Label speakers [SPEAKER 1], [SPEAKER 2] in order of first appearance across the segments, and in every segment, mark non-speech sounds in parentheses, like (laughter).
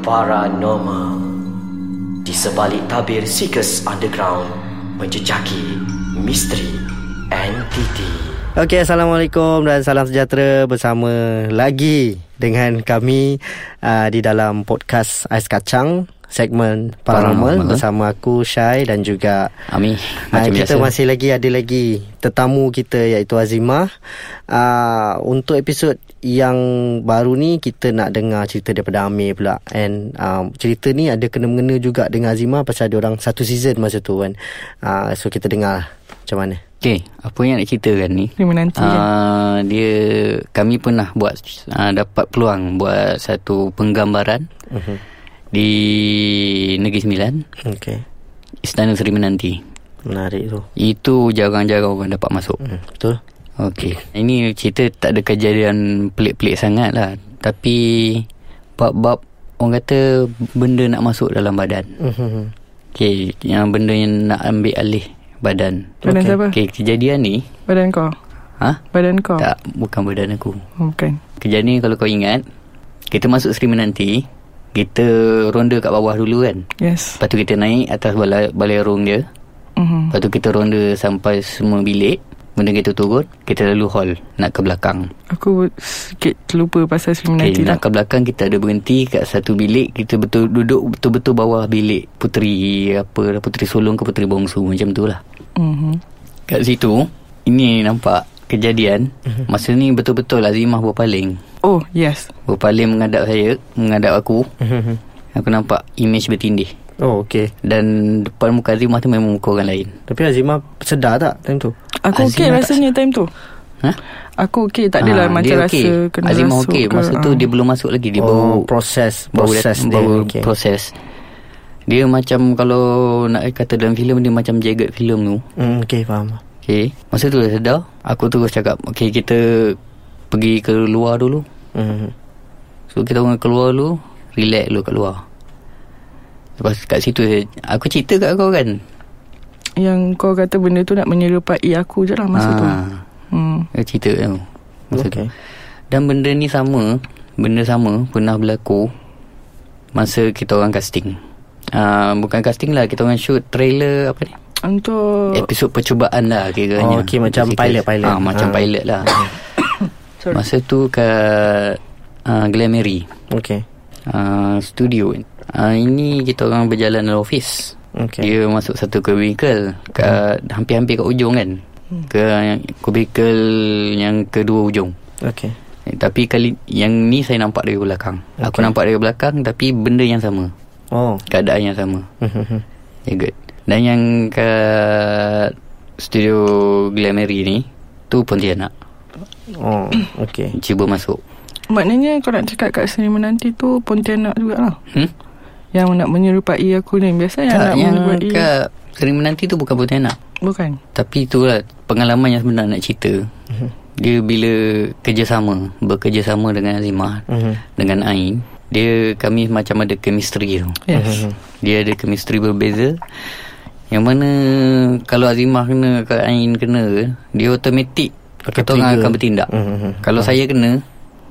[SPEAKER 1] paranormal di sebalik tabir Seekers Underground menjejaki misteri entiti.
[SPEAKER 2] Okey, Assalamualaikum dan salam sejahtera bersama lagi dengan kami uh, di dalam podcast Ais Kacang segmen Paranormal,
[SPEAKER 3] Paranormal.
[SPEAKER 2] bersama aku Syai dan juga
[SPEAKER 3] Ami
[SPEAKER 2] Uh,
[SPEAKER 3] macam
[SPEAKER 2] kita
[SPEAKER 3] biasa.
[SPEAKER 2] masih lagi ada lagi tetamu kita iaitu Azimah. Uh, untuk episod yang baru ni kita nak dengar cerita daripada Amir pula and um, cerita ni ada kena-mengena juga dengan Azimah pasal dia orang satu season masa tu kan. Uh, so kita dengar lah macam mana.
[SPEAKER 3] Okey, apa yang nak ceritakan ni?
[SPEAKER 4] Terima nanti je.
[SPEAKER 3] Uh, dia kami pernah buat uh, dapat peluang buat satu penggambaran
[SPEAKER 2] Mhm.
[SPEAKER 3] di Negeri Sembilan,
[SPEAKER 2] Okey.
[SPEAKER 3] Istana Seri Menanti.
[SPEAKER 2] Menarik tu.
[SPEAKER 3] Itu jarang-jarang orang dapat masuk.
[SPEAKER 2] Hmm, betul.
[SPEAKER 3] Okey. Ini cerita tak ada kejadian pelik-pelik sangat lah. Tapi bab-bab orang kata benda nak masuk dalam badan.
[SPEAKER 2] Mhm.
[SPEAKER 3] Okey, yang benda yang nak ambil alih badan.
[SPEAKER 4] Badan siapa?
[SPEAKER 3] Okey, kejadian ni,
[SPEAKER 4] Badan kau.
[SPEAKER 3] ha?
[SPEAKER 4] Badan kau.
[SPEAKER 3] Tak, bukan badan aku.
[SPEAKER 4] Oh, bukan.
[SPEAKER 3] Kejadian ni kalau kau ingat, kita masuk Seri Menanti, kita ronda kat bawah dulu kan.
[SPEAKER 4] Yes.
[SPEAKER 3] Lepas tu kita naik atas balai, balai rung dia.
[SPEAKER 4] Mhm.
[SPEAKER 3] Lepas tu kita ronda sampai semua bilik. Kemudian kita turun, kita lalu hall nak ke belakang.
[SPEAKER 4] Aku sikit terlupa pasal Sri
[SPEAKER 3] Okay,
[SPEAKER 4] Menanti lah.
[SPEAKER 3] nak ke belakang kita ada berhenti kat satu bilik kita betul duduk betul-betul bawah bilik puteri apa puteri Solong ke puteri Bongsu macam tu lah.
[SPEAKER 4] Mhm.
[SPEAKER 3] Kat situ ini nampak kejadian masa ni betul-betul Azimah berpaling.
[SPEAKER 4] Oh, yes.
[SPEAKER 3] Berpaling menghadap saya, menghadap aku.
[SPEAKER 2] Mhm.
[SPEAKER 3] Aku nampak imej bertindih
[SPEAKER 2] Oh, okey.
[SPEAKER 3] dan depan muka Azimah tu memang muka orang lain.
[SPEAKER 2] Tapi Azimah sedar tak time tu?
[SPEAKER 4] Aku
[SPEAKER 3] Azimah
[SPEAKER 4] okey
[SPEAKER 3] tak
[SPEAKER 4] rasanya time tu.
[SPEAKER 3] Ha?
[SPEAKER 4] Aku okey. Tak
[SPEAKER 3] Ah,
[SPEAKER 4] adalah macam
[SPEAKER 3] dia
[SPEAKER 4] rasa
[SPEAKER 3] okey.
[SPEAKER 4] kena
[SPEAKER 3] Azimah
[SPEAKER 4] rasuk
[SPEAKER 3] okey
[SPEAKER 4] ke,
[SPEAKER 3] masa tu
[SPEAKER 4] ah.
[SPEAKER 3] dia belum masuk lagi dia
[SPEAKER 2] oh,
[SPEAKER 3] baru
[SPEAKER 2] proses
[SPEAKER 3] baru
[SPEAKER 2] proses
[SPEAKER 3] dat-
[SPEAKER 2] dia.
[SPEAKER 3] baru
[SPEAKER 2] Okey.
[SPEAKER 3] proses dia macam kalau nak kata dalam filem dia macam jagged filem tu
[SPEAKER 2] Hmm, okey, faham.
[SPEAKER 3] okey masa tu dah sedar aku terus cakap okey kita pergi ke luar dulu
[SPEAKER 2] Hmm.
[SPEAKER 3] so kita orang keluar dulu relax dulu kat luar lepas kat situ saya, aku cerita kat kau kan
[SPEAKER 4] Yang kau kata benda tu nak menyerupai aku je lah masa tu.
[SPEAKER 3] Ah.
[SPEAKER 4] Hmm.
[SPEAKER 3] aku Eh, cerita tau masa okay. tu
[SPEAKER 2] Okey.
[SPEAKER 3] dan benda ni sama benda sama pernah berlaku masa kita orang casting uh, bukan casting lah kita orang shoot trailer apa ni
[SPEAKER 4] Untuk...
[SPEAKER 3] episod percubaan lah kiranya.
[SPEAKER 2] Oh, okey, macam
[SPEAKER 3] Episod-
[SPEAKER 2] pilot-pilot.
[SPEAKER 3] Ah, macam
[SPEAKER 2] Ah.
[SPEAKER 3] pilot
[SPEAKER 2] (coughs)
[SPEAKER 3] lah.
[SPEAKER 4] Sorry.
[SPEAKER 3] Masa tu kat uh, Glamary
[SPEAKER 2] Okey.
[SPEAKER 3] uh, studio. Uh, ini kita orang berjalan dalam office.
[SPEAKER 2] Okey.
[SPEAKER 3] Dia masuk satu cubicle kat
[SPEAKER 2] Hmm.
[SPEAKER 3] hampir-hampir kat ujung kan. Ke cubicle yang kedua ujung.
[SPEAKER 2] Okey.
[SPEAKER 3] Eh, tapi kali yang ni saya nampak dari belakang. Aku
[SPEAKER 2] Okey.
[SPEAKER 3] nampak dari belakang tapi benda yang sama.
[SPEAKER 2] Oh.
[SPEAKER 3] Keadaan yang sama.
[SPEAKER 2] Mhm.
[SPEAKER 3] Ya good Dan yang kat Studio Glamary ni Tu Pontianak
[SPEAKER 2] oh, okey.
[SPEAKER 3] Cuba masuk
[SPEAKER 4] Maknanya kau nak cakap kat Sri Menanti tu Pontianak jugalah.
[SPEAKER 3] Hmm?
[SPEAKER 4] Yang nak menyerupai aku ni. Biasa yang
[SPEAKER 3] Tak,
[SPEAKER 4] nak
[SPEAKER 3] yang
[SPEAKER 4] menyerupai...
[SPEAKER 3] kat Seri Menanti tu bukan Pontianak
[SPEAKER 4] Bukan.
[SPEAKER 3] Tapi itulah Pengalaman yang sebenarnya nak cerita Dia bila kerjasama Bekerjasama dengan Azimah
[SPEAKER 2] Mhm.
[SPEAKER 3] Dengan Ain Dia kami macam ada chemistry tu
[SPEAKER 4] Yes.
[SPEAKER 2] Mm-hmm.
[SPEAKER 3] Dia ada chemistry berbeza Yang mana Kalau Azimah kena Kalau Ain kena Dia automatik
[SPEAKER 2] Akan
[SPEAKER 3] Kita orang
[SPEAKER 2] trigger.
[SPEAKER 3] akan bertindak
[SPEAKER 2] Mhm.
[SPEAKER 4] Hmm.
[SPEAKER 3] Kalau saya kena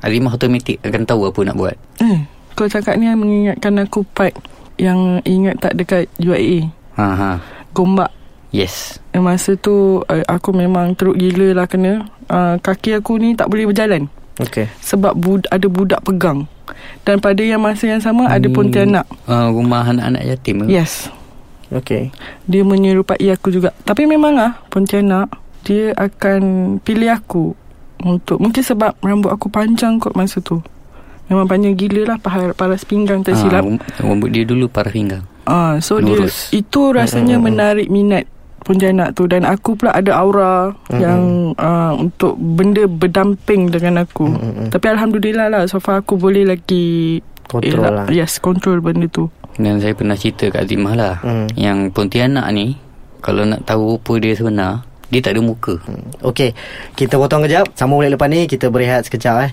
[SPEAKER 3] Azimah automatik akan tahu apa nak buat
[SPEAKER 4] Eh, kau cakap ni mengingatkan aku part yang ingat tak dekat UIA.
[SPEAKER 3] ha, ha.
[SPEAKER 4] Gombak.
[SPEAKER 3] Yes
[SPEAKER 4] Eh, Masa tu eh, aku memang teruk gila lah kena. Uh, kaki aku ni tak boleh berjalan.
[SPEAKER 2] Okey.
[SPEAKER 4] Sebab bud- ada budak pegang. Dan pada yang masa yang sama ada Pontianak.
[SPEAKER 3] uh, Rumah anak-anak yatim ke?
[SPEAKER 4] Yes.
[SPEAKER 2] Okey.
[SPEAKER 4] Dia menyerupai aku juga. Tapi memang lah Pontianak dia akan pilih aku untuk mungkin sebab rambut aku panjang kot masa tu. Memang panjang gila lah paras, paras pinggang tak silap.
[SPEAKER 3] Ah, rum- Rambut dia dulu parah pinggang
[SPEAKER 4] Ah, so
[SPEAKER 3] Lurus.
[SPEAKER 4] dia itu rasanya menarik minat Pontianak tu dan aku pula ada aura yang uh, untuk benda berdamping dengan aku.
[SPEAKER 2] Mm-hmm.
[SPEAKER 4] Tapi alhamdulillah lah so far aku boleh lagi
[SPEAKER 2] Kontrol lah.
[SPEAKER 4] Yes, control benda tu.
[SPEAKER 3] Dan saya pernah cerita kat Azimah lah
[SPEAKER 2] Hmm.
[SPEAKER 3] Yang Pontianak ni Kalau nak tahu apa dia sebenar Dia tak ada muka
[SPEAKER 2] Okey, kita potong kejap. Sambung balik lepas ni, kita berehat sekejap eh.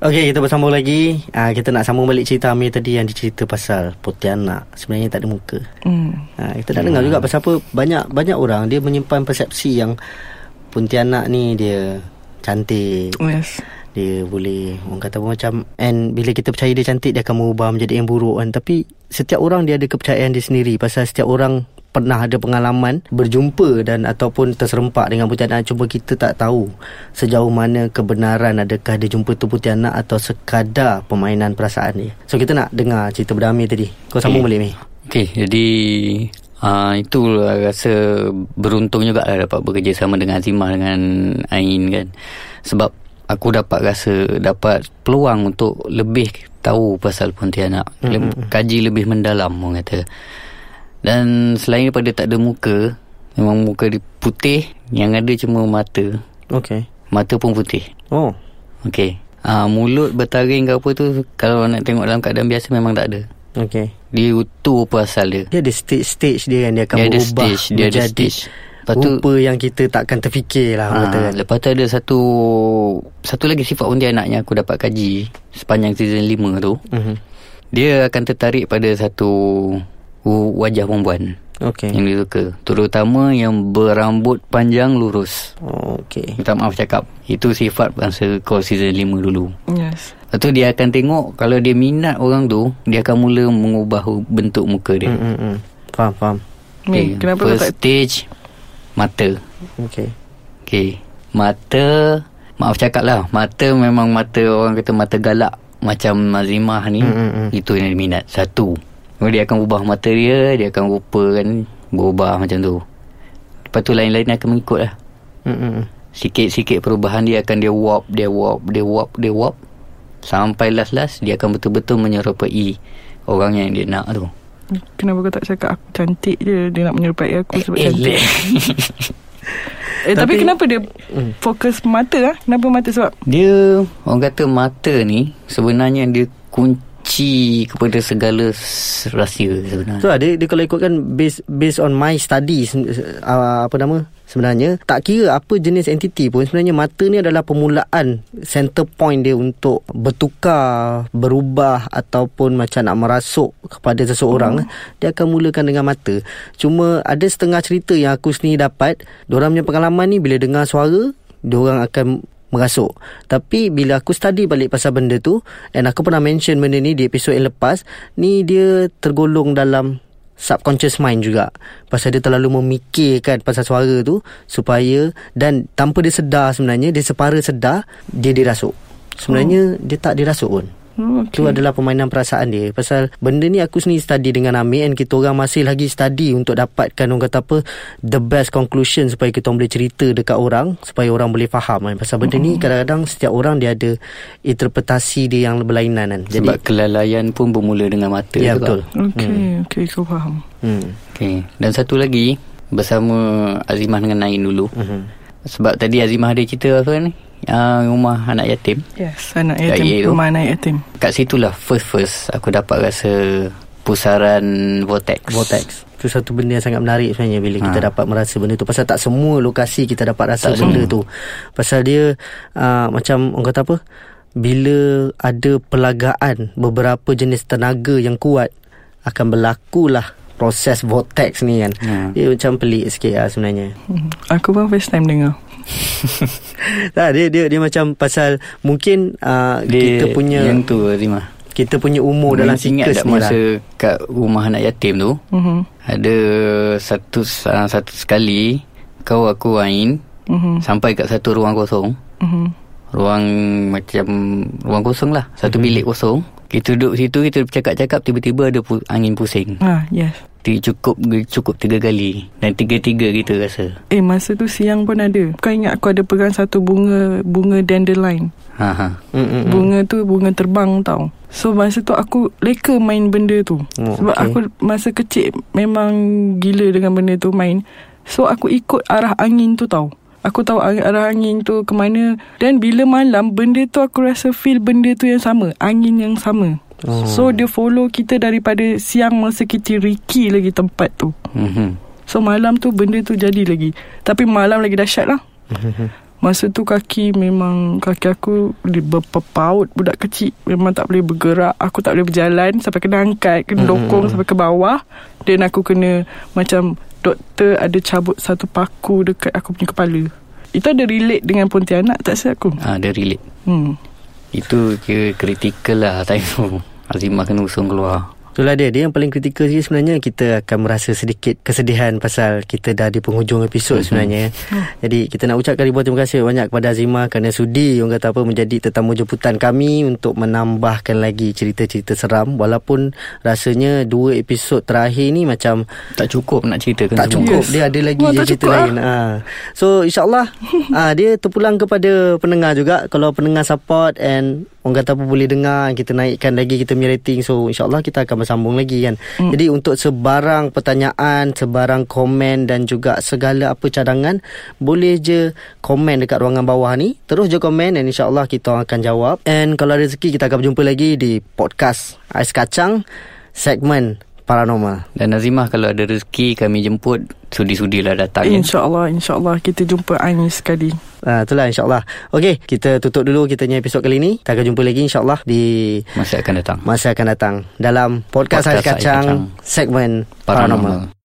[SPEAKER 2] Okey, kita bersambung lagi. Ah, kita nak sambung balik cerita Amir tadi yang dicerita pasal Pontianak. Sebenarnya tak ada muka.
[SPEAKER 4] Hmm.
[SPEAKER 2] Ha, kita dah dengar juga pasal apa banyak banyak orang dia menyimpan persepsi yang Pontianak ni dia cantik.
[SPEAKER 4] Yes.
[SPEAKER 2] Dia boleh Orang kata pun macam And bila kita percaya dia cantik Dia akan mengubah menjadi yang buruk kan Tapi Setiap orang dia ada kepercayaan dia sendiri Pasal setiap orang pernah ada pengalaman berjumpa dan ataupun terserempak dengan Pontianak cuma kita tak tahu sejauh mana kebenaran adakah dia jumpa tu Pontianak atau sekadar permainan perasaan dia so kita nak dengar cerita berdamai tadi kau sambung
[SPEAKER 3] Okey.
[SPEAKER 2] boleh ni
[SPEAKER 3] Okey, jadi uh, itulah rasa beruntung juga lah dapat bekerja sama dengan Azimah dengan Ain kan. Sebab aku dapat rasa dapat peluang untuk lebih tahu pasal Pontianak. Mm-hmm. Kaji lebih mendalam orang kata. Dan selain daripada tak ada muka, memang muka dia putih, yang ada cuma mata.
[SPEAKER 2] okey
[SPEAKER 3] Mata pun putih.
[SPEAKER 2] oh
[SPEAKER 3] Okey. Uh, mulut bertaring ke apa tu kalau nak tengok dalam keadaan biasa memang tak ada.
[SPEAKER 2] okey
[SPEAKER 3] Dia tu apa asal dia.
[SPEAKER 2] dia ada stage-stage dia yang dia akan
[SPEAKER 3] Dia ada
[SPEAKER 2] berubah
[SPEAKER 3] stage, dia ada
[SPEAKER 2] menjadi
[SPEAKER 3] stage. Lepas tu-
[SPEAKER 2] rupa yang kita takkan terfikir lah orang
[SPEAKER 3] Ha,
[SPEAKER 2] kata kan
[SPEAKER 3] lepas tu ada satu satu lagi sifat pontianak yang aku dapat kaji sepanjang season 5 tu.
[SPEAKER 2] Mhm.
[SPEAKER 3] Dia akan tertarik pada satu wu- wajah perempuan
[SPEAKER 2] okey
[SPEAKER 3] yang dia suka. Terutama yang berambut panjang lurus.
[SPEAKER 2] okey
[SPEAKER 3] Minta maaf cakap. Itu sifat masa kau season 5 dulu.
[SPEAKER 4] Yes.
[SPEAKER 3] Lepas tu dia akan tengok kalau dia minat orang tu, dia akan mula mengubah hu- bentuk muka dia.
[SPEAKER 2] Hmm, hmm, hmm. faham faham
[SPEAKER 4] Ni,
[SPEAKER 3] Okey,
[SPEAKER 4] kenapa kau
[SPEAKER 3] Eh, First
[SPEAKER 4] tak
[SPEAKER 3] stage mata.
[SPEAKER 2] okey
[SPEAKER 3] Okey. Mata maaf cakap lah. Mata memang mata orang kata mata galak macam Azimah ni.
[SPEAKER 2] Mm, mm, mm.
[SPEAKER 3] Itu yang dia minat. Satu. Kemudian Dia akan ubah mata dia, dia akan rupa kan berubah macam tu. Lepas tu lain-lain akan mengikut lah.
[SPEAKER 2] Hmm, hmm, hmm.
[SPEAKER 3] Sikit-sikit perubahan dia akan dia warp, dia warp, dia warp, dia warp. Sampai last-last dia akan betul-betul menyerupai orang yang dia nak tu.
[SPEAKER 4] kenapa kau tak cakap aku cantik je dia nak menyerupai aku sebab cantik. (laughs) Eh,
[SPEAKER 2] Tapi-
[SPEAKER 4] tapi, kenapa dia fokus mata ah? Kenapa mata sebab
[SPEAKER 3] Dia orang kata mata ni sebenarnya dia kunci kepada segala s- rahsia sebenarnya.
[SPEAKER 2] Tu lah dia, dia kalau ikutkan based based on my studies uh, apa nama sebenarnya tak kira apa jenis entiti pun sebenarnya mata ni adalah permulaan center point dia untuk bertukar, berubah ataupun macam nak merasuk kepada seseorang eh, dia akan mulakan dengan mata. Cuma ada setengah cerita yang aku sendiri dapat, diorang punya pengalaman ni bila dengar suara, diorang akan merasuk. Tapi bila aku study balik pasal benda tu and aku pernah mention benda ni di episod yang lepas, ni dia tergolong dalam subconscious mind juga. Pasal dia terlalu memikirkan pasal suara tu supaya dan tanpa dia sedar sebenarnya, dia separa sedar, dia dirasuk. Sebenarnya dia tak dirasuk pun.
[SPEAKER 4] oh,
[SPEAKER 2] Itu
[SPEAKER 3] Hmm.
[SPEAKER 4] okay.
[SPEAKER 2] adalah permainan perasaan dia Pasal benda ni aku sendiri study dengan Amir And kita orang masih lagi study Untuk dapatkan orang kata apa The best conclusion Supaya kita orang boleh cerita dekat orang Supaya orang boleh faham kan Pasal benda
[SPEAKER 3] Hmm.
[SPEAKER 2] ni kadang-kadang Setiap orang dia ada Interpretasi dia yang berlainan kan
[SPEAKER 3] Sebab kelalaian pun bermula dengan mata
[SPEAKER 2] Ya betul
[SPEAKER 3] juga.
[SPEAKER 4] Okey, okey kau faham.
[SPEAKER 2] hmm.
[SPEAKER 3] Okey. Dan satu lagi bersama Azimah dengan Nain dulu. Uh-huh.
[SPEAKER 2] Mhm.
[SPEAKER 3] Sebab tadi Azimah ada cerita apa ni? Uh, rumah anak yatim.
[SPEAKER 4] Yes, anak
[SPEAKER 3] Kat
[SPEAKER 4] yatim,
[SPEAKER 3] Yale tu.
[SPEAKER 4] rumah anak yatim.
[SPEAKER 3] Kat situlah first-first aku dapat rasa pusaran vortex.
[SPEAKER 2] Vortex Itu satu benda yang sangat menarik sebenarnya Bila kita
[SPEAKER 3] Ha.
[SPEAKER 2] dapat merasa benda tu Pasal tak semua lokasi kita dapat rasa
[SPEAKER 3] Tak
[SPEAKER 2] benda
[SPEAKER 3] semua.
[SPEAKER 2] tu Pasal dia uh, Macam orang kata apa Bila ada pelagaan Beberapa jenis tenaga yang kuat Akan berlakulah Proses vortex ni kan
[SPEAKER 3] Ha.
[SPEAKER 2] Dia macam pelik sikit lah sebenarnya (laughs)
[SPEAKER 4] Hmm. Aku pun first time dengar.
[SPEAKER 2] tak, dia, dia dia macam pasal Mungkin uh,
[SPEAKER 3] Dia,
[SPEAKER 2] kita punya
[SPEAKER 3] yang tu Azimah.
[SPEAKER 2] Kita punya umur dalam
[SPEAKER 3] Ingat
[SPEAKER 2] siklus
[SPEAKER 3] tak
[SPEAKER 2] ni lah
[SPEAKER 3] masa kat rumah anak yatim tu
[SPEAKER 4] Mhm.
[SPEAKER 3] ada satu uh, satu sekali kau aku Ain
[SPEAKER 4] Mhm.
[SPEAKER 2] Hmm.
[SPEAKER 3] sampai kat satu ruang kosong.
[SPEAKER 4] Mhm.
[SPEAKER 3] Ruang macam ruang kosong lah, satu
[SPEAKER 2] Hmm.
[SPEAKER 3] bilik kosong. Kita duduk situ kita bercakap-cakap tiba-tiba ada pu- angin pusing.
[SPEAKER 4] Ah, yes.
[SPEAKER 3] Ti- Cukup cukup tiga kali dan tiga-tiga kita rasa.
[SPEAKER 4] Eh, masa tu siang pun ada. Kau ingat aku ada pegang satu bunga bunga dandelion.
[SPEAKER 3] Ha ha.
[SPEAKER 2] Mm, mm, mm.
[SPEAKER 4] Bunga tu bunga terbang tau. So masa tu aku leka main benda tu.
[SPEAKER 2] Oh,
[SPEAKER 4] Sebab
[SPEAKER 2] okey.
[SPEAKER 4] aku masa kecil memang gila dengan benda tu main. So aku ikut arah angin tu tau. Aku tahu ang- arah angin tu ke mana dan bila malam benda tu aku rasa feel benda tu yang sama, angin yang sama.
[SPEAKER 2] Oh.
[SPEAKER 4] So dia follow kita daripada siang masa kita riki lagi tempat tu.
[SPEAKER 3] Mhm.
[SPEAKER 4] So malam tu benda tu jadi lagi. Tapi malam lagi dahsyat lah. Masa tu kaki memang kaki aku dia berpepaut budak kecil memang tak boleh bergerak aku tak boleh berjalan sampai kena angkat kena dokong sampai ke bawah dan aku kena macam doktor ada cabut satu paku dekat aku punya kepala itu ada relate dengan Pontianak tak saya aku
[SPEAKER 3] Ha, dia relate.
[SPEAKER 4] hmm
[SPEAKER 3] Itu kira kritikal lah (laughs) time tu Azimah kena usung keluar
[SPEAKER 2] Itulah dia Dia yang paling kritikal je sebenarnya Kita akan merasa sedikit kesedihan Pasal kita dah di penghujung episod sebenarnya ya. Jadi kita nak ucapkan ribuan terima kasih banyak kepada Azima Kerana sudi orang kata apa Menjadi tetamu jemputan kami Untuk menambahkan lagi cerita-cerita seram Walaupun rasanya dua episod terakhir ni Macam
[SPEAKER 3] Tak cukup nak ceritakan
[SPEAKER 2] tak
[SPEAKER 3] semua.
[SPEAKER 2] cukup
[SPEAKER 4] Yes.
[SPEAKER 2] dia ada lagi
[SPEAKER 4] Wah,
[SPEAKER 2] je
[SPEAKER 4] tak
[SPEAKER 2] cerita
[SPEAKER 4] cukup lah.
[SPEAKER 2] lain ha. so
[SPEAKER 4] (laughs)
[SPEAKER 2] insyaallah ha, dia terpulang kepada pendengar juga kalau pendengar support and orang kata apa boleh dengar kita naikkan lagi kita punya rating so insyaallah kita akan bersambung lagi kan mm.
[SPEAKER 4] Hmm.
[SPEAKER 2] jadi untuk sebarang pertanyaan sebarang komen dan juga segala apa cadangan boleh je komen dekat ruangan bawah ni terus je komen dan insyaallah kita orang akan jawab and kalau ada rezeki kita akan berjumpa lagi di podcast Ais Kacang segmen paranormal
[SPEAKER 3] Dan Azimah kalau ada rezeki kami jemput Sudi-sudilah datang kan?
[SPEAKER 4] InsyaAllah InsyaAllah Kita jumpa Anis sekali
[SPEAKER 2] Ah, itulah insyaAllah Okey, kita tutup dulu kita punya episod kali ni Kita akan jumpa lagi insyaAllah di
[SPEAKER 3] Masih akan datang
[SPEAKER 2] masa akan datang Dalam Podcast, Podcast Ais
[SPEAKER 3] Podcast Ais
[SPEAKER 2] Kacang,
[SPEAKER 3] Kacang.
[SPEAKER 2] segmen Paranormal.
[SPEAKER 3] Paranormal